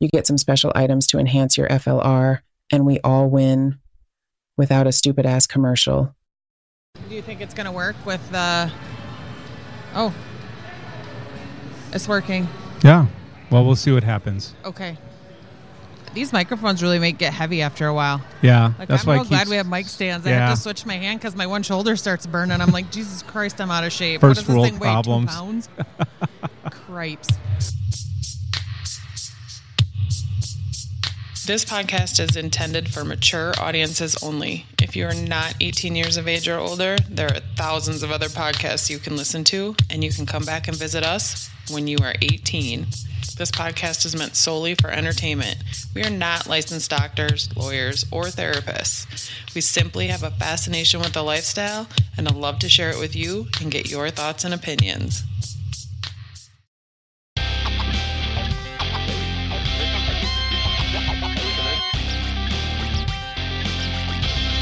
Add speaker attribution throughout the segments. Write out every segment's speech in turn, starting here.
Speaker 1: You get some special items to enhance your FLR, and we all win without a stupid ass commercial.
Speaker 2: Do you think it's going to work with the. Oh, it's working.
Speaker 3: Yeah. Well, we'll see what happens.
Speaker 2: Okay. These microphones really make get heavy after a while.
Speaker 3: Yeah.
Speaker 2: Like
Speaker 3: that's
Speaker 2: I'm
Speaker 3: why
Speaker 2: real
Speaker 3: it
Speaker 2: glad
Speaker 3: keeps-
Speaker 2: we have mic stands. I
Speaker 3: Yeah.
Speaker 2: have to switch my hand because my one shoulder starts burning. I'm like, Jesus Christ, I'm out of shape.
Speaker 3: First
Speaker 2: what does
Speaker 3: world
Speaker 2: this thing
Speaker 3: problems.
Speaker 2: weigh? Two pounds? Cripes.
Speaker 4: This podcast is intended for mature audiences only. If you are not 18 years of age or older, there are thousands of other podcasts you can listen to, and you can come back and visit us when you are 18. This podcast is meant solely for entertainment. We are not licensed doctors, lawyers, or therapists. We simply have a fascination with the lifestyle and a love to share it with you and get your thoughts and opinions.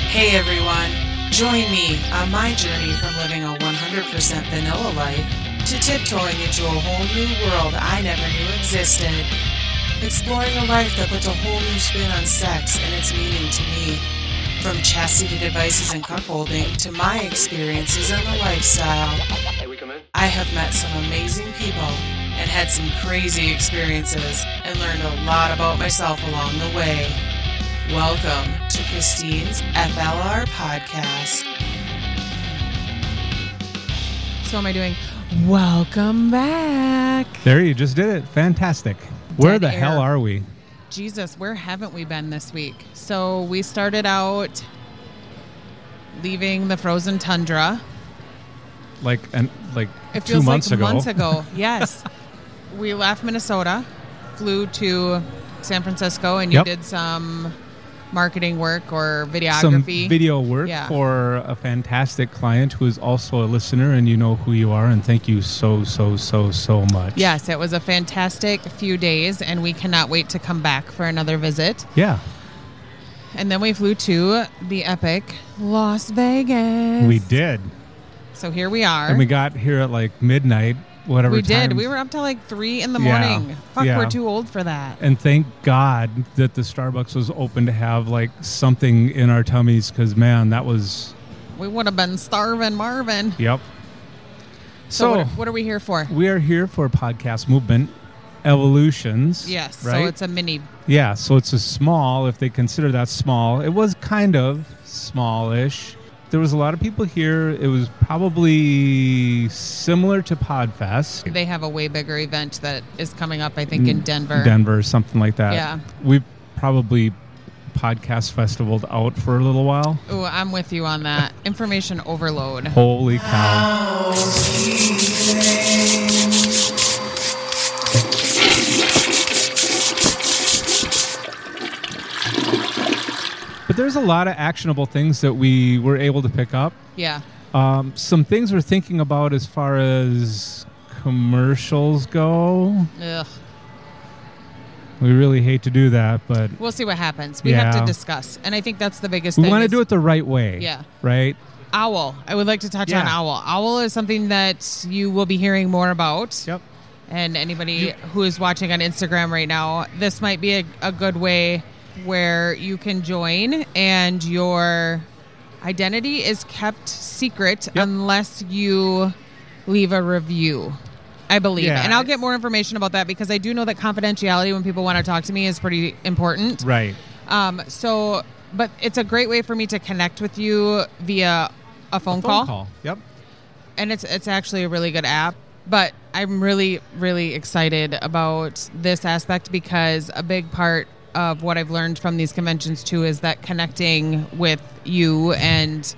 Speaker 5: Hey everyone, join me on my journey from living a 100% vanilla life to tiptoeing into a whole new world I never knew existed. Exploring a life that puts a whole new spin on sex and its meaning to me. From chastity devices and cuckolding to my experiences in the lifestyle. I have met some amazing people and had some crazy experiences and learned a lot about myself along the way. Welcome to Christine's FLR podcast.
Speaker 2: So am I doing? Welcome back.
Speaker 3: There you just did it. Fantastic. Where
Speaker 2: Dead
Speaker 3: the
Speaker 2: air.
Speaker 3: hell are we?
Speaker 2: Jesus, where haven't we been this week? So we started out leaving the frozen tundra.
Speaker 3: Like an like
Speaker 2: It
Speaker 3: two
Speaker 2: feels
Speaker 3: months
Speaker 2: like
Speaker 3: ago.
Speaker 2: months ago. Yes. we left Minnesota, flew to San Francisco, and you
Speaker 3: Yep.
Speaker 2: did some marketing work or
Speaker 3: Some
Speaker 2: videography.
Speaker 3: video work
Speaker 2: Yeah.
Speaker 3: for a fantastic client who is also a listener, and you know who you are. And thank you so so so so much.
Speaker 2: Yes, it was a fantastic few days, and we cannot wait to come back for another visit.
Speaker 3: Yeah.
Speaker 2: And then we flew to the epic Las Vegas.
Speaker 3: We did,
Speaker 2: So here we are.
Speaker 3: and we got here at like midnight, whatever.
Speaker 2: We did.
Speaker 3: time.
Speaker 2: We were up till like three in the
Speaker 3: Yeah.
Speaker 2: morning. Fuck,
Speaker 3: Yeah.
Speaker 2: we're too old for that.
Speaker 3: And thank God that the Starbucks was open to have like something in our tummies, because man, that was
Speaker 2: We would have been starving, Marvin.
Speaker 3: yep.
Speaker 2: So,
Speaker 3: So,
Speaker 2: what, are, what are we here for?
Speaker 3: we are here for podcast movement evolutions.
Speaker 2: Yes.
Speaker 3: right.
Speaker 2: So it's a mini.
Speaker 3: yeah, so it's a small. If they consider that small, it was kind of smallish. There was a lot of people here. It was probably similar to Podfest.
Speaker 2: They have a way bigger event that is coming up. I think in
Speaker 3: Mm.
Speaker 2: Denver.
Speaker 3: Denver, something like that.
Speaker 2: Yeah.
Speaker 3: We probably podcast festivaled out for a little while.
Speaker 2: Ooh, I'm with you on that. Information overload.
Speaker 3: Holy cow. But there's a lot of actionable things that we were able to pick up.
Speaker 2: Yeah.
Speaker 3: Um, some things we're thinking about as far as commercials go.
Speaker 2: Ugh.
Speaker 3: We really hate to do that, but
Speaker 2: We'll see what happens. We have
Speaker 3: Yeah.
Speaker 2: to discuss, and I think that's the biggest.
Speaker 3: we
Speaker 2: thing
Speaker 3: want to
Speaker 2: is
Speaker 3: do it the right way.
Speaker 2: Yeah.
Speaker 3: Right?
Speaker 2: Owl. I would like to touch on
Speaker 3: Yeah.
Speaker 2: owl. Owl is something that you will be hearing more about.
Speaker 3: Yep.
Speaker 2: And anybody who is watching on Instagram right now, this might be a, a good way where you can join and your identity is kept secret
Speaker 3: Yep.
Speaker 2: unless you leave a review. I believe.
Speaker 3: Yeah.
Speaker 2: And I'll get more information about that because I do know that confidentiality when people want to talk to me is pretty important.
Speaker 3: Right.
Speaker 2: Um, so, but it's a great way for me to connect with you via a phone,
Speaker 3: Phone call. Yep.
Speaker 2: and it's it's actually a really good app. But I'm really really excited about this aspect because a big part of what I've learned from these conventions too is that connecting with you and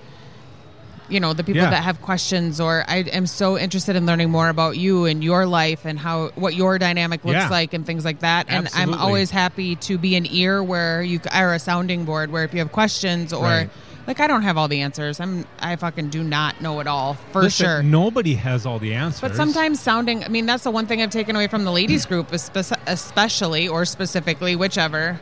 Speaker 2: you know the people
Speaker 3: Yeah.
Speaker 2: that have questions or i am so interested in learning more about you and your life and how what your dynamic looks
Speaker 3: Yeah.
Speaker 2: like and things like that and i'm
Speaker 3: Absolutely.
Speaker 2: always happy to be an ear where you c- or a sounding board where if you have questions or
Speaker 3: Right.
Speaker 2: like i don't have all the answers i'm i fucking do not know it all for
Speaker 3: Listen,
Speaker 2: sure
Speaker 3: Nobody has all the answers.
Speaker 2: but sometimes sounding, I mean, that's the one thing I've taken away from the
Speaker 3: Mm.
Speaker 2: ladies group, espe- especially or specifically, whichever,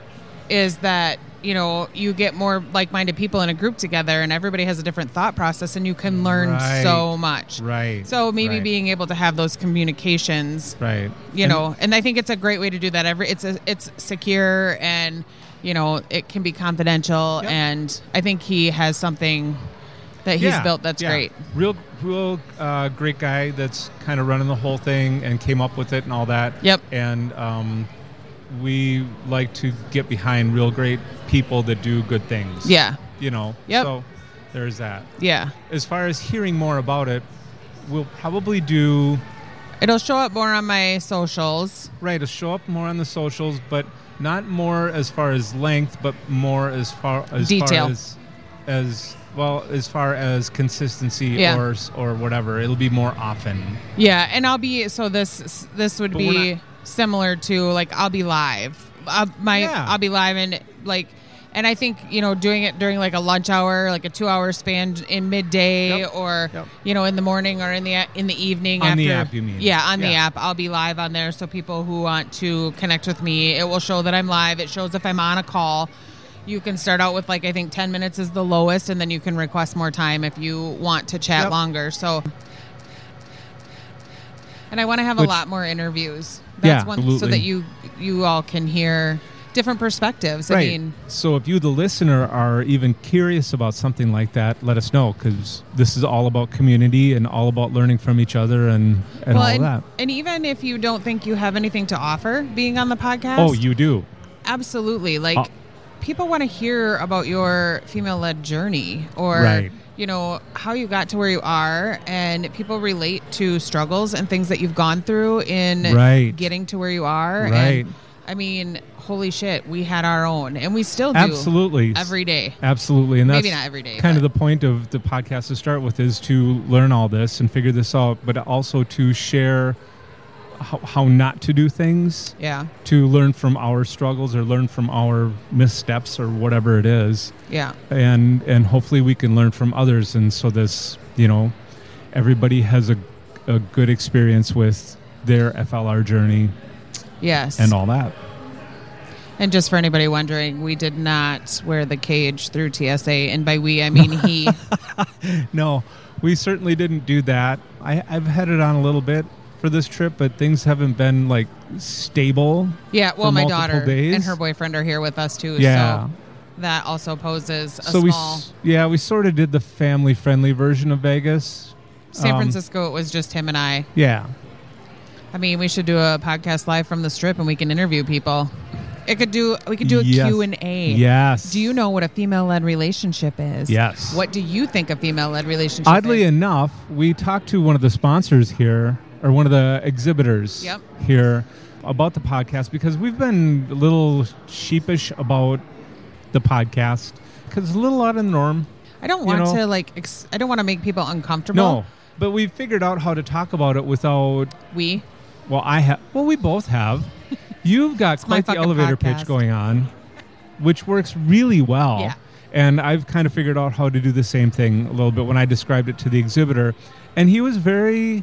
Speaker 2: is that, you know, you get more like minded people in a group together and everybody has a different thought process and you can learn
Speaker 3: Right.
Speaker 2: so much.
Speaker 3: Right.
Speaker 2: So maybe
Speaker 3: right,
Speaker 2: being able to have those communications,
Speaker 3: Right.
Speaker 2: you
Speaker 3: And-
Speaker 2: know, and I think it's a great way to do that. Every it's a, it's secure and you know it can be confidential,
Speaker 3: Yep.
Speaker 2: and I think he has something that he's
Speaker 3: Yeah,
Speaker 2: built that's
Speaker 3: yeah.
Speaker 2: great.
Speaker 3: Real, real uh, great guy that's kind of running the whole thing and came up with it and all that.
Speaker 2: Yep.
Speaker 3: And um, we like to get behind real great people that do good things.
Speaker 2: Yeah,
Speaker 3: You know.
Speaker 2: Yep.
Speaker 3: So there's that.
Speaker 2: yeah.
Speaker 3: As far as hearing more about it, we'll probably do
Speaker 2: It'll show up more on my socials.
Speaker 3: Right, to show up more on the socials, but not more as far as length, but more as far as
Speaker 2: Detail.
Speaker 3: far as, as well as far as consistency
Speaker 2: Yeah.
Speaker 3: or s- or whatever. It'll be more often.
Speaker 2: Yeah, and I'll be so this this would
Speaker 3: But we're
Speaker 2: be similar to like I'll be live. i my
Speaker 3: Yeah.
Speaker 2: I'll be live and like and I think you know doing it during like a lunch hour, like a two hour span in midday,
Speaker 3: Yep.
Speaker 2: or
Speaker 3: Yep.
Speaker 2: you know in the morning or in the in the evening
Speaker 3: On
Speaker 2: after,
Speaker 3: the app, you mean.
Speaker 2: Yeah, on the
Speaker 3: Yeah.
Speaker 2: app, I'll be live on there. So people who want to connect with me, it will show that I'm live. It shows if I'm on a call. You can start out with like I think ten minutes is the lowest, and then you can request more time if you want to chat
Speaker 3: Yep.
Speaker 2: longer. So and I want to have
Speaker 3: Which-
Speaker 2: a lot more interviews.
Speaker 3: Yeah,
Speaker 2: That's one so
Speaker 3: absolutely.
Speaker 2: that you you all can hear different perspectives. I mean,
Speaker 3: so if you, the listener, are even curious about something like that, let us know because this is all about community and all about learning from each other and and all
Speaker 2: and,
Speaker 3: that.
Speaker 2: and even if you don't think you have anything to offer being on the podcast,
Speaker 3: Oh, you do.
Speaker 2: absolutely like
Speaker 3: Oh.
Speaker 2: people want to hear about your female led journey or
Speaker 3: Right.
Speaker 2: you know how you got to where you are and people relate to struggles and things that you've gone through in
Speaker 3: Right.
Speaker 2: getting to where you are
Speaker 3: Right.
Speaker 2: and I mean, holy shit, we had our own and we still do
Speaker 3: Absolutely.
Speaker 2: every day.
Speaker 3: Absolutely, and that's
Speaker 2: Maybe not every day,
Speaker 3: Kind of
Speaker 2: but-
Speaker 3: the point of the podcast to start with is to learn all this and figure this out, but also to share how, how not to do things,
Speaker 2: Yeah.
Speaker 3: to learn from our struggles or learn from our missteps or whatever it is,
Speaker 2: Yeah.
Speaker 3: and and hopefully we can learn from others, and so this you know everybody has a a good experience with their FLR journey
Speaker 2: Yes.
Speaker 3: and all that.
Speaker 2: And just for anybody wondering, we did not wear the cage through TSA, and by we I mean he.
Speaker 3: No, we certainly didn't do that. I, I've headed on a little bit for this trip, but things haven't been like stable.
Speaker 2: Yeah. Well,
Speaker 3: For
Speaker 2: my
Speaker 3: multiple
Speaker 2: daughter
Speaker 3: days?
Speaker 2: and her boyfriend are here with us too.
Speaker 3: Yeah.
Speaker 2: So that also poses a
Speaker 3: so we,
Speaker 2: small.
Speaker 3: s- yeah, we sort of did the family friendly version of Vegas.
Speaker 2: San
Speaker 3: um,
Speaker 2: Francisco, it was just him and I.
Speaker 3: Yeah,
Speaker 2: I mean, we should do a podcast live from the strip, and we can interview people. It could do. We could do a
Speaker 3: Yes.
Speaker 2: Q and A.
Speaker 3: Yes.
Speaker 2: Do you know what a female-led relationship is?
Speaker 3: Yes.
Speaker 2: What do you think a female-led relationship?
Speaker 3: Oddly
Speaker 2: is?
Speaker 3: enough, we talked to one of the sponsors here, or one of the exhibitors
Speaker 2: Yep.
Speaker 3: here, about the podcast because we've been a little sheepish about the podcast because it's a little out of the norm.
Speaker 2: I don't want
Speaker 3: know-
Speaker 2: to like. Ex- I don't want to make people uncomfortable.
Speaker 3: No, but we figured out how to talk about it without.
Speaker 2: We.
Speaker 3: Well, I have. Well, we both have. You've got
Speaker 2: my
Speaker 3: quite the
Speaker 2: fucking
Speaker 3: elevator
Speaker 2: podcast.
Speaker 3: pitch going on, which works really well.
Speaker 2: Yeah.
Speaker 3: And I've kind of figured out how to do the same thing a little bit when I described it to the exhibitor, and he was very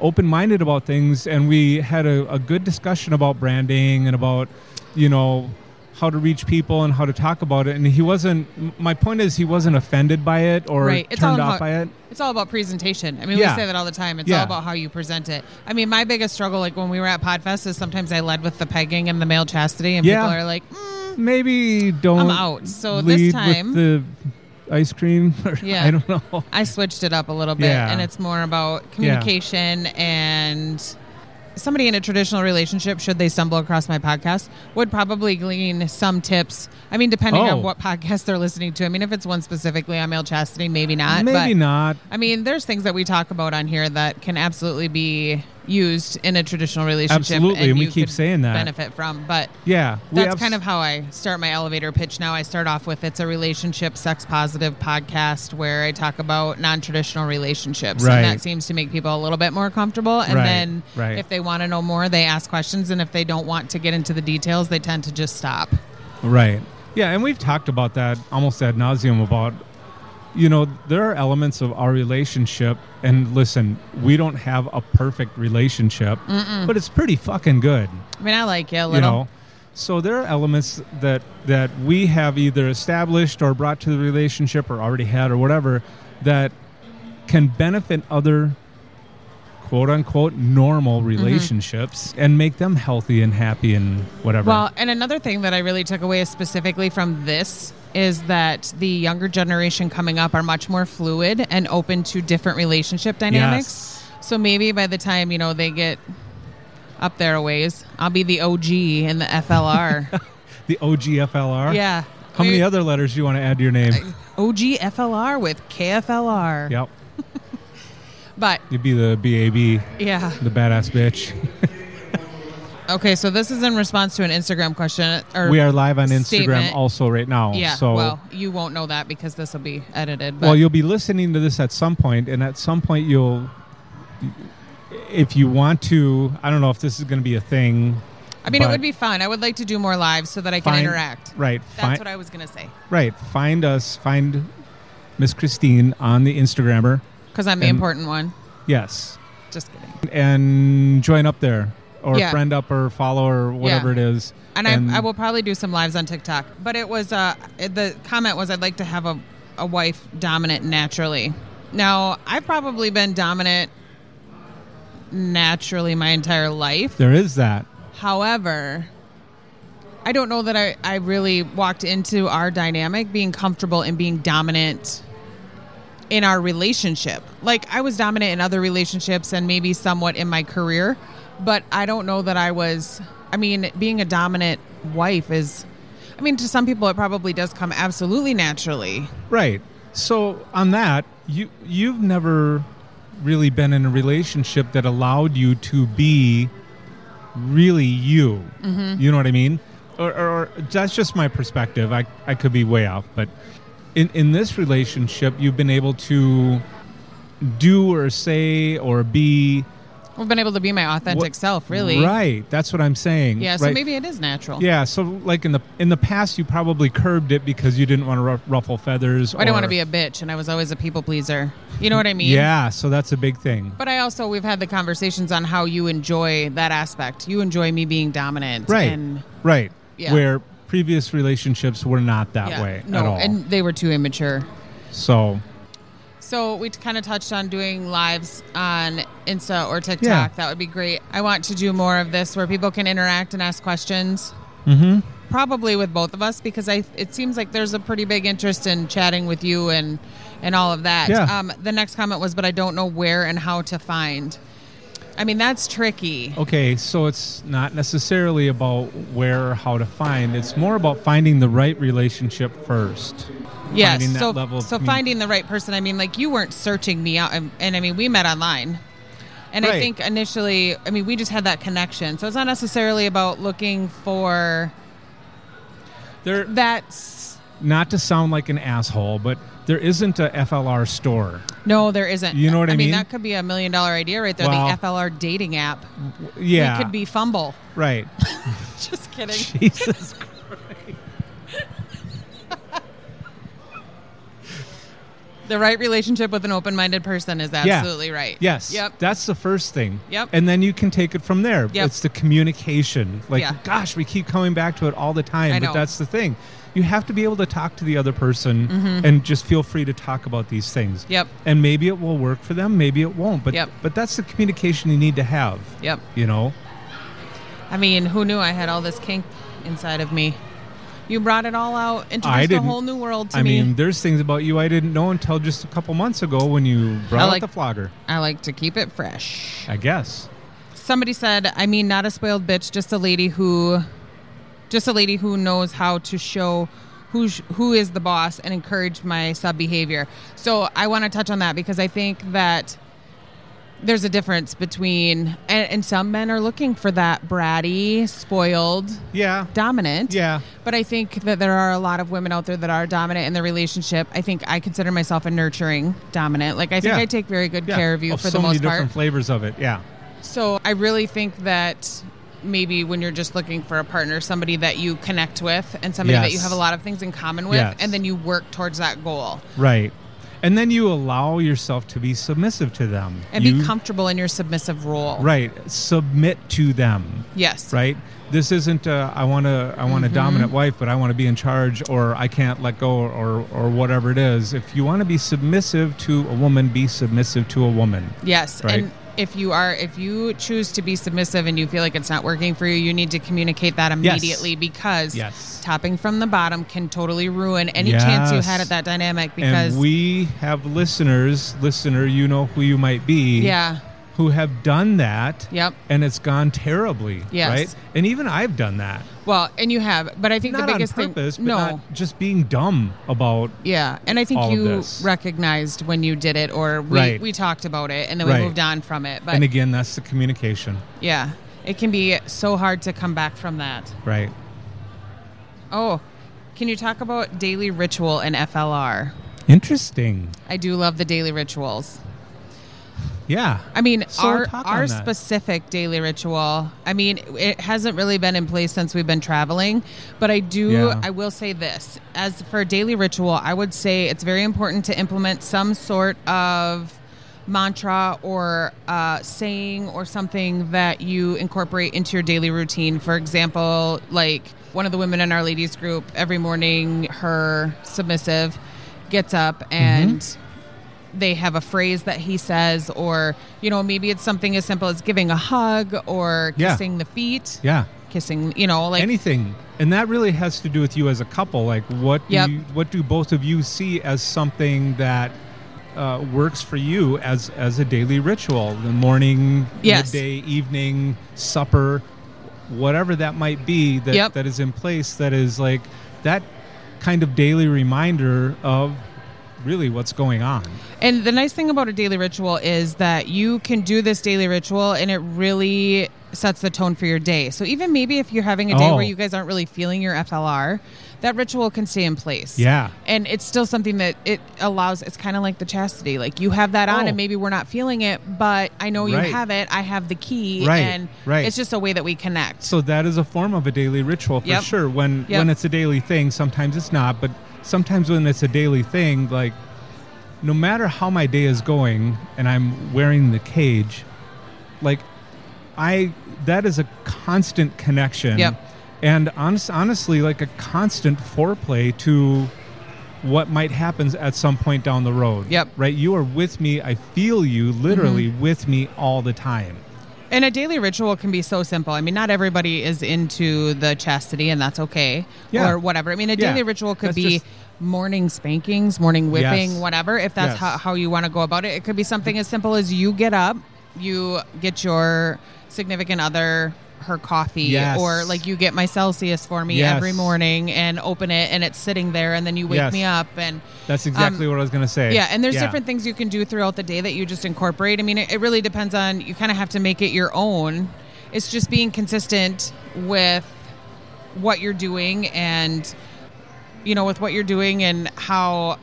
Speaker 3: open-minded about things, and we had a, a good discussion about branding and about, you know. How to reach people and how to talk about it, and he wasn't. m- My point is, he wasn't offended by it or
Speaker 2: Right. It's all
Speaker 3: turned
Speaker 2: about-
Speaker 3: off by it.
Speaker 2: It's all about presentation. I mean,
Speaker 3: Yeah.
Speaker 2: we say that all the time. It's all
Speaker 3: Yeah.
Speaker 2: about how you present it. I mean, my biggest struggle, like when we were at Podfest, is sometimes I led with the pegging and the male chastity, and
Speaker 3: Yeah.
Speaker 2: people are like, mm,
Speaker 3: maybe don't.
Speaker 2: I'm out. So this
Speaker 3: lead
Speaker 2: time-
Speaker 3: with the ice cream. Or
Speaker 2: Yeah.
Speaker 3: I don't know.
Speaker 2: I switched it up a little bit,
Speaker 3: Yeah.
Speaker 2: and it's more about communication and. Somebody in a traditional relationship, should they stumble across my podcast, would probably glean some tips. I mean, depending
Speaker 3: Oh.
Speaker 2: on what podcast they're listening to. I mean, if it's one specifically on male chastity, maybe not.
Speaker 3: maybe
Speaker 2: but
Speaker 3: not.
Speaker 2: I mean, there's things that we talk about on here that can absolutely be used in a traditional relationship.
Speaker 3: Absolutely, and we
Speaker 2: you
Speaker 3: keep
Speaker 2: could
Speaker 3: saying that.
Speaker 2: benefit from. But
Speaker 3: Yeah, we
Speaker 2: that's
Speaker 3: abs-
Speaker 2: kind of how I start my elevator pitch now. I start off with it's a relationship sex positive podcast where I talk about non traditional relationships.
Speaker 3: Right.
Speaker 2: And that seems to make people a little bit more comfortable. And
Speaker 3: Right,
Speaker 2: then
Speaker 3: right.
Speaker 2: if they want to know more, they ask questions. And if they don't want to get into the details, they tend to just stop.
Speaker 3: Right. Yeah, and we've talked about that almost ad nauseum about, you know, there are elements of our relationship, and listen, we don't have a perfect relationship, but it's pretty fucking good,
Speaker 2: I mean, I like you a little.
Speaker 3: you know. So there are elements that that we have either established or brought to the relationship or already had or whatever that can benefit other quote unquote
Speaker 2: Mm-hmm.
Speaker 3: normal relationships and make them healthy and happy and whatever.
Speaker 2: Well, and another thing that I really took away specifically from this is that the younger generation coming up are much more fluid and open to different relationship dynamics. So maybe by the time, you know, they get up there a ways, I'll be the OG in the FLR.
Speaker 3: the OGFLR.
Speaker 2: yeah.
Speaker 3: How many other letters do you want to add to your name?
Speaker 2: OG FLR with KFLR.
Speaker 3: yep.
Speaker 2: But
Speaker 3: You'd be the BAB,
Speaker 2: yeah.
Speaker 3: the badass bitch.
Speaker 2: Okay, so this is in response to an Instagram question or
Speaker 3: we are live on Instagram
Speaker 2: statement.
Speaker 3: also right now.
Speaker 2: Yeah.
Speaker 3: So,
Speaker 2: well, you won't know that because this will be edited. But
Speaker 3: well, you'll be listening to this at some point, and at some point, you'll, if you want to, I don't know if this is going to be a thing.
Speaker 2: I mean, it
Speaker 3: but
Speaker 2: would be fun. I would like to do more live so that I can
Speaker 3: find-
Speaker 2: interact.
Speaker 3: Right.
Speaker 2: That's
Speaker 3: Find,
Speaker 2: what I was going to say.
Speaker 3: right. Find us. Find Miss Christine on the Instagrammer.
Speaker 2: Because I'm the
Speaker 3: And-
Speaker 2: important one.
Speaker 3: Yes.
Speaker 2: Just kidding.
Speaker 3: And join up there, or
Speaker 2: Yeah.
Speaker 3: friend up, or follow, or whatever it is.
Speaker 2: And, I, I will probably do some lives on TikTok. But it was uh, the comment was I'd like to have a, a wife dominant naturally. Now, I've probably been dominant naturally my entire life.
Speaker 3: There is that.
Speaker 2: However, I don't know that I, I really walked into our dynamic being comfortable and being dominant in our relationship. Like, I was dominant in other relationships and maybe somewhat in my career, but I don't know that I was. I mean, being a dominant wife is, I mean, to some people, it probably does come absolutely naturally.
Speaker 3: Right. So on that, you you've never really been in a relationship that allowed you to be really you.
Speaker 2: Mm-hmm.
Speaker 3: You know what I mean? Or, or, or that's just my perspective. I I could be way off, but in in this relationship, you've been able to do or say or be
Speaker 2: I've been able to be my authentic
Speaker 3: what-
Speaker 2: self, really.
Speaker 3: Right. That's what I'm saying.
Speaker 2: Yeah, so
Speaker 3: Right.
Speaker 2: maybe it is natural.
Speaker 3: Yeah, so like in the in the past, you probably curbed it because you didn't want to ruff- ruffle feathers.
Speaker 2: I didn't want
Speaker 3: or-
Speaker 2: to be a bitch, and I was always a people pleaser. You know what I mean?
Speaker 3: Yeah, so that's a big thing.
Speaker 2: But I also we've had the conversations on how you enjoy that aspect. You enjoy me being dominant,
Speaker 3: Right.
Speaker 2: And
Speaker 3: right.
Speaker 2: Yeah.
Speaker 3: Where previous relationships were not that
Speaker 2: yeah,
Speaker 3: way
Speaker 2: no,
Speaker 3: at all.
Speaker 2: and they were too immature.
Speaker 3: so,
Speaker 2: So we kind of touched on doing lives on Insta or TikTok.
Speaker 3: Yeah.
Speaker 2: That would be great. I want to do more of this where people can interact and ask questions.
Speaker 3: mhm.
Speaker 2: Probably with both of us because I it seems like there's a pretty big interest in chatting with you and and all of that.
Speaker 3: Yeah.
Speaker 2: Um, the next comment was, but I don't know where and how to find. I mean that's tricky.
Speaker 3: Okay, so it's not necessarily about where or how to find. It's more about finding the right relationship first.
Speaker 2: Yes.
Speaker 3: finding that
Speaker 2: so,
Speaker 3: level of
Speaker 2: so
Speaker 3: commu-
Speaker 2: finding the right person. I mean, like you weren't searching me out, and, and I mean, we met online, and I
Speaker 3: Right.
Speaker 2: think initially, I mean, we just had that connection. So it's not necessarily about looking for
Speaker 3: There,
Speaker 2: that. s-
Speaker 3: not to sound like an asshole, but there isn't a FLR store.
Speaker 2: No, there isn't.
Speaker 3: You know what I mean?
Speaker 2: That could be a million dollar idea right there.
Speaker 3: Wow.
Speaker 2: The FLR dating app.
Speaker 3: Yeah,
Speaker 2: It could be Fumble.
Speaker 3: right.
Speaker 2: Just kidding.
Speaker 3: Jesus Christ.
Speaker 2: the right relationship with an open minded person is
Speaker 3: Yeah.
Speaker 2: absolutely right.
Speaker 3: Yes.
Speaker 2: Yep.
Speaker 3: That's the first thing.
Speaker 2: Yep.
Speaker 3: And then you can take it from there.
Speaker 2: Yep.
Speaker 3: It's the communication. Like,
Speaker 2: Yeah.
Speaker 3: gosh, we keep coming back to it all the time,
Speaker 2: I
Speaker 3: but
Speaker 2: know.
Speaker 3: that's the thing. You have to be able to talk to the other person and just feel free to talk about these things.
Speaker 2: Mm-hmm. Yep.
Speaker 3: And maybe it will work for them, maybe it won't. But
Speaker 2: Yep.
Speaker 3: but that's the communication you need to have.
Speaker 2: Yep.
Speaker 3: You know?
Speaker 2: I mean, who knew I had all this kink inside of me? You brought it all out,
Speaker 3: I
Speaker 2: introduced a
Speaker 3: didn't
Speaker 2: whole new world to
Speaker 3: I
Speaker 2: me.
Speaker 3: mean, there's things about you I didn't know until just a couple months ago when you brought
Speaker 2: I
Speaker 3: out
Speaker 2: like-
Speaker 3: the flogger,
Speaker 2: I like to keep it fresh.
Speaker 3: I guess.
Speaker 2: Somebody said, I mean, not a spoiled bitch, just a lady who, just a lady who knows how to show who sh- who is the boss and encourage my sub behavior. So I want to touch on that because I think that there's a difference between, and, and some men are looking for that bratty, spoiled,
Speaker 3: Yeah.
Speaker 2: dominant.
Speaker 3: Yeah.
Speaker 2: But I think that there are a lot of women out there that are dominant in the relationship. I think I consider myself a nurturing dominant. Like I think
Speaker 3: Yeah.
Speaker 2: I take very good
Speaker 3: yeah.
Speaker 2: care of you
Speaker 3: Of
Speaker 2: for
Speaker 3: so
Speaker 2: the
Speaker 3: many
Speaker 2: most part.
Speaker 3: different flavors of it. Yeah.
Speaker 2: So I really think that maybe when you're just looking for a partner, somebody that you connect with and somebody that you
Speaker 3: Yes.
Speaker 2: have a lot of things in common with,
Speaker 3: Yes.
Speaker 2: and then you work towards that goal
Speaker 3: Right. And then you allow yourself to be submissive to them.
Speaker 2: and
Speaker 3: You-
Speaker 2: be comfortable in your submissive role.
Speaker 3: Right. Submit to them.
Speaker 2: Yes.
Speaker 3: Right. This isn't. Uh, I want to. I
Speaker 2: Mm-hmm.
Speaker 3: want a dominant wife, but I want to be in charge, or I can't let go, or or whatever it is. If you want to be submissive to a woman, be submissive to a woman.
Speaker 2: Yes.
Speaker 3: Right.
Speaker 2: And if you are, if you choose to be submissive and you feel like it's not working for you, you need to communicate that immediately because
Speaker 3: Yes.
Speaker 2: topping from the bottom can totally ruin any chance you
Speaker 3: Yes.
Speaker 2: had at that dynamic because,
Speaker 3: and we have listeners, listener, you know who you might be.
Speaker 2: yeah,
Speaker 3: Who have done that.
Speaker 2: Yep.
Speaker 3: And it's gone terribly.
Speaker 2: Yes.
Speaker 3: Right. And even I've done that.
Speaker 2: well, and you have, but I think
Speaker 3: Not
Speaker 2: the biggest
Speaker 3: on purpose,
Speaker 2: thing,
Speaker 3: but
Speaker 2: no,
Speaker 3: not just being dumb about
Speaker 2: Yeah, and I think
Speaker 3: all of
Speaker 2: you
Speaker 3: this.
Speaker 2: recognized when you did it, or we,
Speaker 3: Right.
Speaker 2: we talked about it, and then we
Speaker 3: Right.
Speaker 2: moved on from it. But
Speaker 3: and again that's the communication
Speaker 2: yeah, it can be so hard to come back from that.
Speaker 3: right
Speaker 2: Oh, can you talk about daily ritual and FLR?
Speaker 3: interesting
Speaker 2: I do love the daily rituals.
Speaker 3: yeah
Speaker 2: I mean,
Speaker 3: So
Speaker 2: our
Speaker 3: talk on
Speaker 2: our
Speaker 3: that.
Speaker 2: specific daily ritual. I mean, it hasn't really been in place since we've been traveling, but I do.
Speaker 3: Yeah.
Speaker 2: I will say this: as for daily ritual, I would say it's very important to implement some sort of mantra or uh, saying or something that you incorporate into your daily routine. For example, like one of the women in our ladies group every morning, her submissive gets up
Speaker 3: Mm-hmm.
Speaker 2: and they have a phrase that he says, or you know, maybe it's something as simple as giving a hug or
Speaker 3: Yeah.
Speaker 2: kissing the feet,
Speaker 3: yeah
Speaker 2: kissing, you know, like
Speaker 3: anything and that really has to do with you as a couple like what do
Speaker 2: Yep.
Speaker 3: you, what do both of you see as something that uh, works for you as as a daily ritual the morning
Speaker 2: Yes.
Speaker 3: midday evening supper whatever that might be that
Speaker 2: Yep.
Speaker 3: that is in place that is like that kind of daily reminder of really what's going on
Speaker 2: And the nice thing about a daily ritual is that you can do this daily ritual and it really sets the tone for your day. So even maybe if you're having a day
Speaker 3: Oh.
Speaker 2: where you guys aren't really feeling your FLR, that ritual can stay in place.
Speaker 3: Yeah.
Speaker 2: And it's still something that it allows it's kind of like the chastity. Like you have that on
Speaker 3: Oh.
Speaker 2: and maybe we're not feeling it, but I know you
Speaker 3: Right.
Speaker 2: have it. I have the key
Speaker 3: Right,
Speaker 2: and
Speaker 3: right.
Speaker 2: it's just a way that we connect.
Speaker 3: So that is a form of a daily ritual for
Speaker 2: Yep.
Speaker 3: sure. When
Speaker 2: Yep.
Speaker 3: when it's a daily thing, sometimes it's not, but sometimes when it's a daily thing, like no matter how my day is going and I'm wearing the cage, like I that is a constant connection.
Speaker 2: Yep.
Speaker 3: And honest, honestly, like a constant foreplay to what might happen at some point down the road.
Speaker 2: Yep. Mm-hmm.
Speaker 3: Right? You are with me. I feel you literally with me all the time.
Speaker 2: And a daily ritual can be so simple. I mean, not everybody is into the chastity, and that's okay,
Speaker 3: Yeah.
Speaker 2: or whatever. I mean, a
Speaker 3: Yeah.
Speaker 2: daily ritual could
Speaker 3: That's
Speaker 2: be
Speaker 3: just-
Speaker 2: morning spankings, morning whipping,
Speaker 3: Yes.
Speaker 2: whatever. If that's
Speaker 3: Yes.
Speaker 2: how, how you want to go about it, it could be something as simple as you get up, you get your significant other her coffee,
Speaker 3: Yes.
Speaker 2: or like you get my Celsius for me
Speaker 3: Yes.
Speaker 2: every morning and open it, and it's sitting there, and then you wake
Speaker 3: Yes.
Speaker 2: me up and.
Speaker 3: That's exactly what I was going to say.
Speaker 2: Um, Yeah, and there's different things you can do throughout the day that you just incorporate. I mean, it, it really depends on you kind of have to make it your own. It's just being consistent with what you're doing and you know with what you're doing and how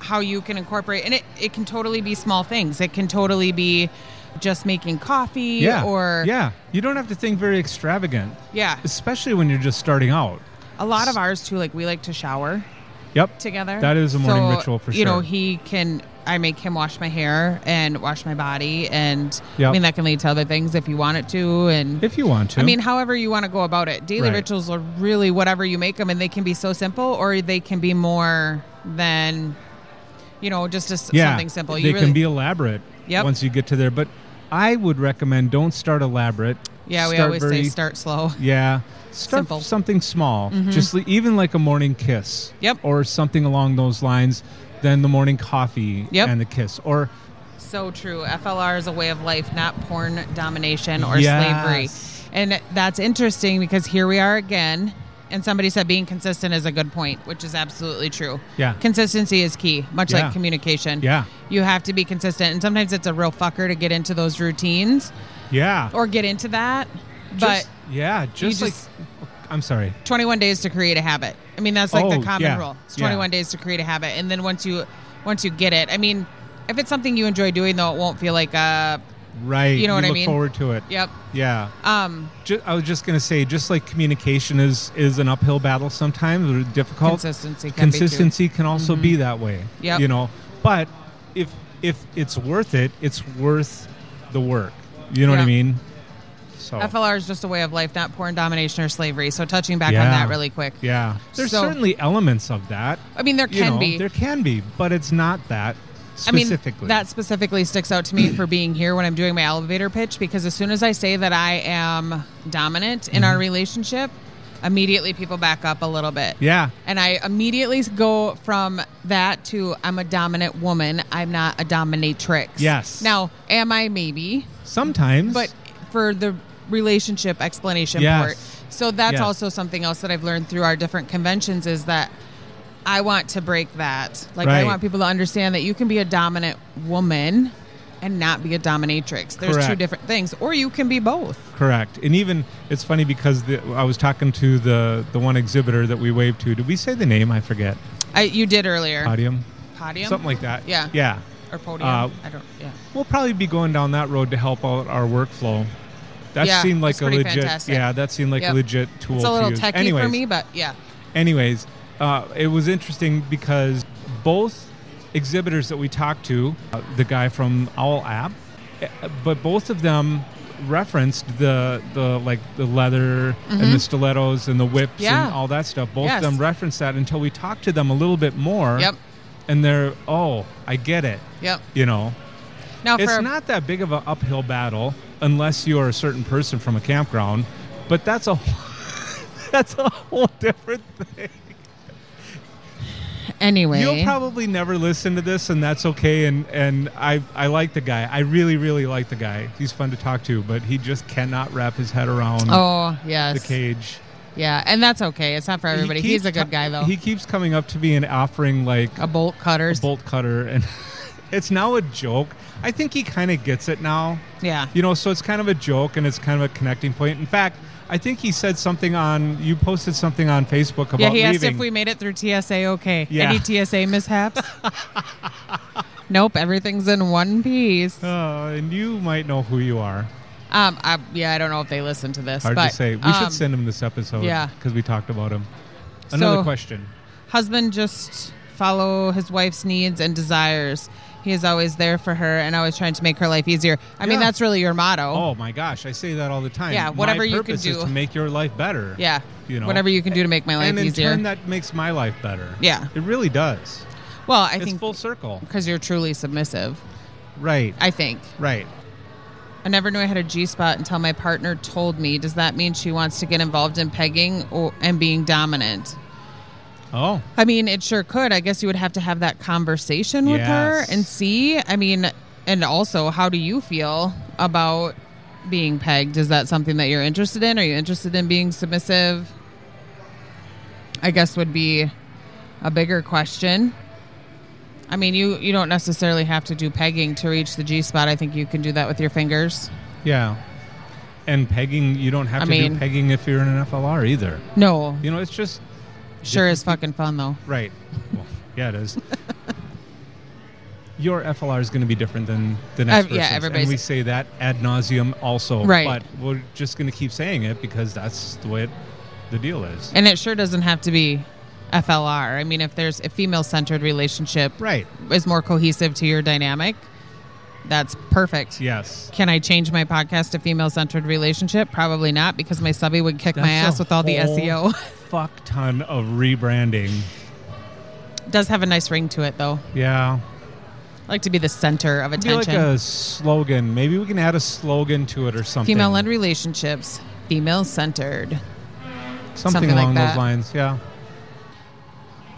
Speaker 2: how you can incorporate and it, it can totally be small things. It can totally be just making coffee
Speaker 3: yeah
Speaker 2: or
Speaker 3: yeah you don't have to think very extravagant
Speaker 2: yeah.
Speaker 3: especially when you're just starting out
Speaker 2: A lot of ours too like we like to shower.
Speaker 3: yep
Speaker 2: together.
Speaker 3: that is a morning
Speaker 2: So,
Speaker 3: ritual for
Speaker 2: You
Speaker 3: sure
Speaker 2: know, he can. I make him wash my hair and wash my body, and
Speaker 3: Yep.
Speaker 2: I mean that can lead to other things if you want it to. And
Speaker 3: if you want to
Speaker 2: I mean, however you want to go about it, daily
Speaker 3: Right.
Speaker 2: rituals are really whatever you make them, and they can be so simple or they can be more than, you know, just a s
Speaker 3: yeah
Speaker 2: something simple.
Speaker 3: they
Speaker 2: You really,
Speaker 3: can be elaborate
Speaker 2: Yep.
Speaker 3: once you get to there but i would recommend don't start elaborate
Speaker 2: yeah. We
Speaker 3: Start
Speaker 2: always
Speaker 3: very-
Speaker 2: say start slow.
Speaker 3: yeah start
Speaker 2: Simple. Mm-hmm.
Speaker 3: something small just li- even like a morning kiss
Speaker 2: Yep.
Speaker 3: or something along those lines then the morning coffee
Speaker 2: Yep.
Speaker 3: and the kiss or
Speaker 2: So true. FLR is a way of life, not porn domination or
Speaker 3: Yes.
Speaker 2: slavery. And that's interesting because here we are again And somebody said being consistent is a good point, which is absolutely true.
Speaker 3: Yeah.
Speaker 2: Consistency is key, much
Speaker 3: Yeah.
Speaker 2: like communication.
Speaker 3: Yeah.
Speaker 2: You have to be consistent. And sometimes it's a real fucker to get into those routines
Speaker 3: Yeah.
Speaker 2: or get into that.
Speaker 3: Just-
Speaker 2: But
Speaker 3: yeah, just like
Speaker 2: just-
Speaker 3: I'm sorry.
Speaker 2: 21 days to create a habit. I mean, that's like
Speaker 3: Oh,
Speaker 2: the common
Speaker 3: yeah.
Speaker 2: rule. It's
Speaker 3: Yeah.
Speaker 2: 21 days to create a habit. And then once you once you get it, I mean, if it's something you enjoy doing though, it won't feel like a
Speaker 3: Right.
Speaker 2: You know what I
Speaker 3: look
Speaker 2: mean?
Speaker 3: forward to it.
Speaker 2: yep.
Speaker 3: Yeah.
Speaker 2: Um
Speaker 3: Ju- I was just gonna say, just like communication is is an uphill battle sometimes, or difficult.
Speaker 2: consistency can be Mm-hmm.
Speaker 3: Consistency can also be that way.
Speaker 2: Yep.
Speaker 3: You know, but if if it's worth it, it's worth the work. You know what I
Speaker 2: Yeah.
Speaker 3: mean? So
Speaker 2: too. FLR is just a way of life, not porn domination or slavery. So touching back on
Speaker 3: Yeah.
Speaker 2: that really quick.
Speaker 3: yeah, there's
Speaker 2: So-
Speaker 3: certainly elements of that.
Speaker 2: I mean, there
Speaker 3: You
Speaker 2: can
Speaker 3: know,
Speaker 2: be.
Speaker 3: there can be, but it's not that
Speaker 2: I mean,
Speaker 3: specifically.
Speaker 2: that specifically sticks out to me for being here when I'm doing my elevator pitch because as soon as I say that I am dominant in
Speaker 3: Mm-hmm.
Speaker 2: our relationship, immediately people back up a little bit.
Speaker 3: yeah,
Speaker 2: And I immediately go from that to I'm a dominant woman. I'm not a dominatrix.
Speaker 3: Yes.
Speaker 2: Now, am I maybe?
Speaker 3: sometimes.
Speaker 2: But for the relationship explanation
Speaker 3: Yes.
Speaker 2: part. So that's
Speaker 3: Yes.
Speaker 2: also something else that I've learned through our different conventions is that I want to break that. Like I
Speaker 3: Right.
Speaker 2: want people to understand that you can be a dominant woman and not be a dominatrix. There's two
Speaker 3: Correct.
Speaker 2: different things. Or you can be both.
Speaker 3: Correct. And even it's funny because the, I was talking to the the one exhibitor that we waved to. Did we say the name? I forget.
Speaker 2: I, you did earlier.
Speaker 3: Podium.
Speaker 2: Podium?
Speaker 3: Something like that.
Speaker 2: Yeah.
Speaker 3: Yeah.
Speaker 2: or podium.
Speaker 3: uh,
Speaker 2: I don't yeah.
Speaker 3: We'll probably be going down that road to help out our workflow. That
Speaker 2: Yeah,
Speaker 3: seemed like
Speaker 2: it's
Speaker 3: a
Speaker 2: pretty
Speaker 3: legit.
Speaker 2: fantastic.
Speaker 3: Yeah, that seemed like
Speaker 2: Yep.
Speaker 3: a legit tool.
Speaker 2: It's a little
Speaker 3: to use.
Speaker 2: techie
Speaker 3: anyways,
Speaker 2: for me, but yeah.
Speaker 3: Anyways, uh, it was interesting because both exhibitors that we talked to, uh, the guy from Owl App, eh, but both of them referenced the the like the leather and the stilettos and the whips
Speaker 2: Mm-hmm. Yeah.
Speaker 3: and all that stuff. Both
Speaker 2: Yes.
Speaker 3: of them referenced that until we talked to them a little bit more.
Speaker 2: Yep.
Speaker 3: And they're oh, I get it.
Speaker 2: Yep.
Speaker 3: You know,
Speaker 2: Now for
Speaker 3: it's
Speaker 2: a-
Speaker 3: not that big of an uphill battle unless you're a certain person from a campground, but that's a that's a whole different thing.
Speaker 2: anyway.
Speaker 3: You'll probably never listen to this, and that's okay. And and I I like the guy. I really really like the guy. He's fun to talk to, but he just cannot wrap his head around
Speaker 2: Oh yes.
Speaker 3: the cage.
Speaker 2: Yeah, and that's okay. It's not for everybody.
Speaker 3: He
Speaker 2: He's
Speaker 3: keeps
Speaker 2: a good
Speaker 3: co-
Speaker 2: guy though.
Speaker 3: He keeps coming up to me and offering like
Speaker 2: a bolt cutter.
Speaker 3: a bolt cutter, and it's now a joke. I think he kind of gets it now.
Speaker 2: Yeah.
Speaker 3: You know, so it's kind of a joke and it's kind of a connecting point. In fact, I think he said something on you posted something on Facebook about
Speaker 2: Yeah, he asked
Speaker 3: leaving.
Speaker 2: if we made it through TSA okay.
Speaker 3: Yeah.
Speaker 2: Any TSA mishaps? nope, everything's in one piece. Um,
Speaker 3: Uh, and you might know who you are.
Speaker 2: I, yeah, I don't know if they listen to this,
Speaker 3: Hard
Speaker 2: but
Speaker 3: to say. We
Speaker 2: um,
Speaker 3: should send him this episode.
Speaker 2: yeah.
Speaker 3: because we talked about him. Another
Speaker 2: So-
Speaker 3: question.
Speaker 2: husband just follow his wife's needs and desires. He is always there for her and always trying to make her life easier. I mean,
Speaker 3: Yeah.
Speaker 2: that's really your motto.
Speaker 3: Oh my gosh, I say that all the time.
Speaker 2: Yeah, whatever
Speaker 3: my
Speaker 2: you can
Speaker 3: purpose is
Speaker 2: do.
Speaker 3: to make your life better.
Speaker 2: yeah.
Speaker 3: you know,
Speaker 2: Whatever you can do to make my life
Speaker 3: and in
Speaker 2: easier.
Speaker 3: turn, that makes my life better.
Speaker 2: Yeah.
Speaker 3: it really does.
Speaker 2: well, I
Speaker 3: it's
Speaker 2: think
Speaker 3: full circle.
Speaker 2: because you're truly submissive.
Speaker 3: Right,
Speaker 2: I think.
Speaker 3: right.
Speaker 2: I never knew I had a G spot until my partner told me. Does that mean she wants to get involved in pegging or, and being dominant?
Speaker 3: Oh,
Speaker 2: I mean, it sure could. I guess you would have to have that conversation with
Speaker 3: Yes.
Speaker 2: her and see. I mean, and also, how do you feel about being pegged? Is that something that you're interested in? Are you interested in being submissive? I guess would be a bigger question. I mean, you you don't necessarily have to do pegging to reach the G spot. I think you can do that with your fingers.
Speaker 3: yeah. And pegging, you don't have
Speaker 2: I
Speaker 3: to
Speaker 2: mean-
Speaker 3: do pegging if you're in an FLR either.
Speaker 2: No,
Speaker 3: You know, it's just
Speaker 2: Sure is fucking fun though.
Speaker 3: right. Well, yeah, it is. Your FLR is going to be different than the next
Speaker 2: Uh,
Speaker 3: person's,
Speaker 2: yeah, everybody's-
Speaker 3: and we say that ad nauseum also.
Speaker 2: Right.
Speaker 3: but we're just going to keep saying it because that's the way it, the deal is.
Speaker 2: And it sure doesn't have to be FLR. I mean, if there's a female centered relationship
Speaker 3: Right.
Speaker 2: is more cohesive to your dynamic, that's perfect.
Speaker 3: Yes.
Speaker 2: Can I change my podcast to female centered relationship? Probably not because my subby would kick my
Speaker 3: That's
Speaker 2: ass
Speaker 3: a
Speaker 2: with all the E
Speaker 3: whole
Speaker 2: SEO.
Speaker 3: Fuck ton of rebranding.
Speaker 2: does have a nice ring to it though.
Speaker 3: Yeah.
Speaker 2: I like to be the center of
Speaker 3: It'd be like
Speaker 2: attention.
Speaker 3: a slogan. Maybe we can add a slogan to it or something.
Speaker 2: female led relationships, female centered.
Speaker 3: something,
Speaker 2: something like
Speaker 3: along
Speaker 2: that.
Speaker 3: those lines. Yeah.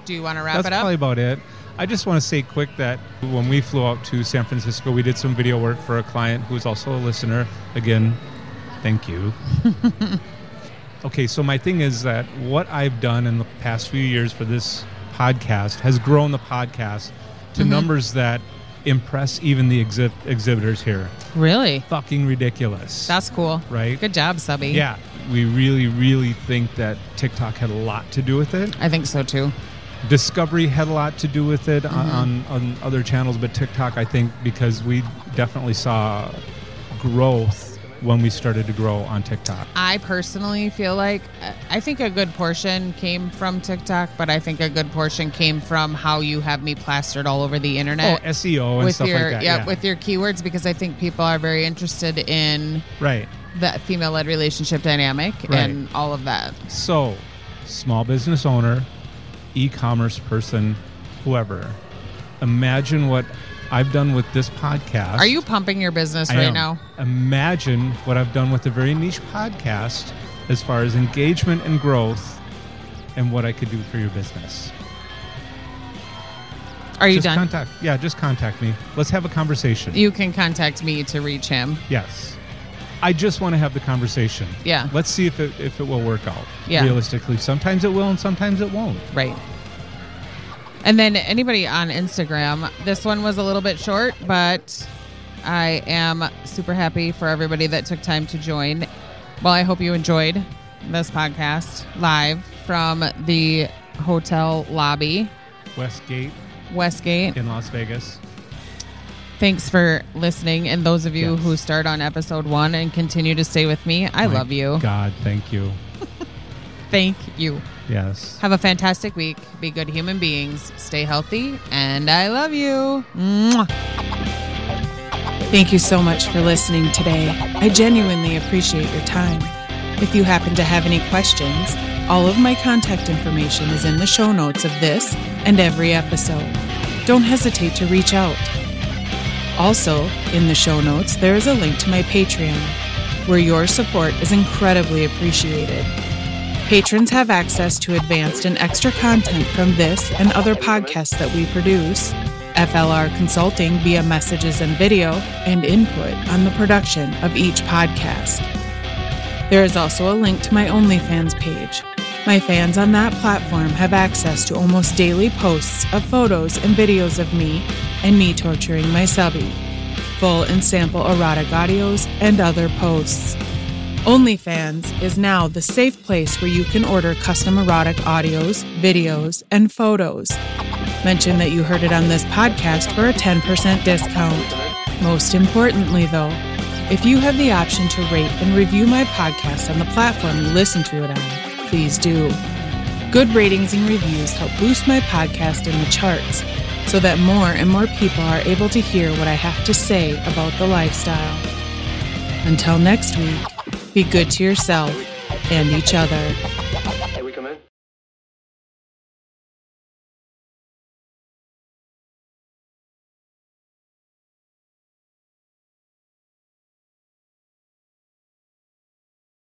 Speaker 2: Do you want to wrap
Speaker 3: That's
Speaker 2: it up?
Speaker 3: probably about it. I just want to say quick that when we flew out to San Francisco, we did some video work for a client who is also a listener. Again, thank you. Okay, so my thing is that what I've done in the past few years for this podcast has grown the podcast to
Speaker 2: Mm-hmm.
Speaker 3: numbers that impress even the exhi- exhibitors here.
Speaker 6: Really?
Speaker 3: Fucking ridiculous.
Speaker 6: That's cool.
Speaker 3: Right?
Speaker 6: Good job, Subby.
Speaker 3: yeah, we really, really think that TikTok had a lot to do with it.
Speaker 6: I think so too.
Speaker 3: Discovery had a lot to do with it on,
Speaker 6: Mm-hmm.
Speaker 3: on other channels, but TikTok, I think, because we definitely saw growth when we started to grow on TikTok.
Speaker 6: I personally feel like I think a good portion came from TikTok, but I think a good portion came from how you have me plastered all over the
Speaker 3: Oh,
Speaker 6: internet
Speaker 3: SEO and
Speaker 6: Eh, with
Speaker 3: stuff
Speaker 6: your
Speaker 3: like that.
Speaker 6: yeah, with your keywords because I think people are very interested in
Speaker 3: right.
Speaker 6: the female-led relationship dynamic
Speaker 3: Right.
Speaker 6: and all of that.
Speaker 3: So, small business owner, e commerce person, whoever, imagine what I've done with this podcast.
Speaker 6: Are you pumping your business
Speaker 3: I
Speaker 6: right
Speaker 3: am.
Speaker 6: now?
Speaker 3: Imagine what I've done with a very niche podcast as far as engagement and growth and what I could do for your business.
Speaker 6: Are you
Speaker 3: just
Speaker 6: done?
Speaker 3: Contact, yeah, just contact me. Let's have a conversation.
Speaker 6: you can contact me to reach him.
Speaker 3: yes. I just want to have the conversation.
Speaker 6: Yeah.
Speaker 3: Let's see if it, if it will work out.
Speaker 6: Yeah.
Speaker 3: Realistically, sometimes it will and sometimes it won't.
Speaker 6: Right. And then anybody on Instagram, this one was a little bit short, but I am super happy for everybody that took time to join. Well, I hope you enjoyed this podcast live from the hotel lobby,
Speaker 3: Westgate
Speaker 6: Westgate.
Speaker 3: in Las Vegas.
Speaker 6: Thanks for listening. And those of you
Speaker 3: Yes.
Speaker 6: who start on episode one and continue to stay with me, I
Speaker 3: My
Speaker 6: love you.
Speaker 3: God, thank you.
Speaker 6: Thank you.
Speaker 3: Yes.
Speaker 6: Have a fantastic week. Be good human beings. Stay healthy. And I love you. Mwah.
Speaker 2: Thank you so much for listening today. I genuinely appreciate your time. If you happen to have any questions, all of my contact information is in the show notes of this and every episode. Don't hesitate to reach out. Also, in the show notes, there is a link to my Patreon, where your support is incredibly appreciated. Patrons have access to advanced and extra content from this and other podcasts that we produce, FLR consulting via messages and video, and input on the production of each podcast. There is also a link to my OnlyFans page. My fans on that platform have access to almost daily posts of photos and videos of me and me torturing my subby, full and sample erotic audios, and other posts. OnlyFans is now the safe place where you can order custom erotic audios, videos, and photos. Mention that you heard it on this podcast for a 10% discount. Most importantly, though, if you have the option to rate and review my podcast on the platform you listen to it on, please do. Good ratings and reviews help boost my podcast in the charts so that more and more people are able to hear what I have to say about the lifestyle. Until next week, be good to yourself and each other.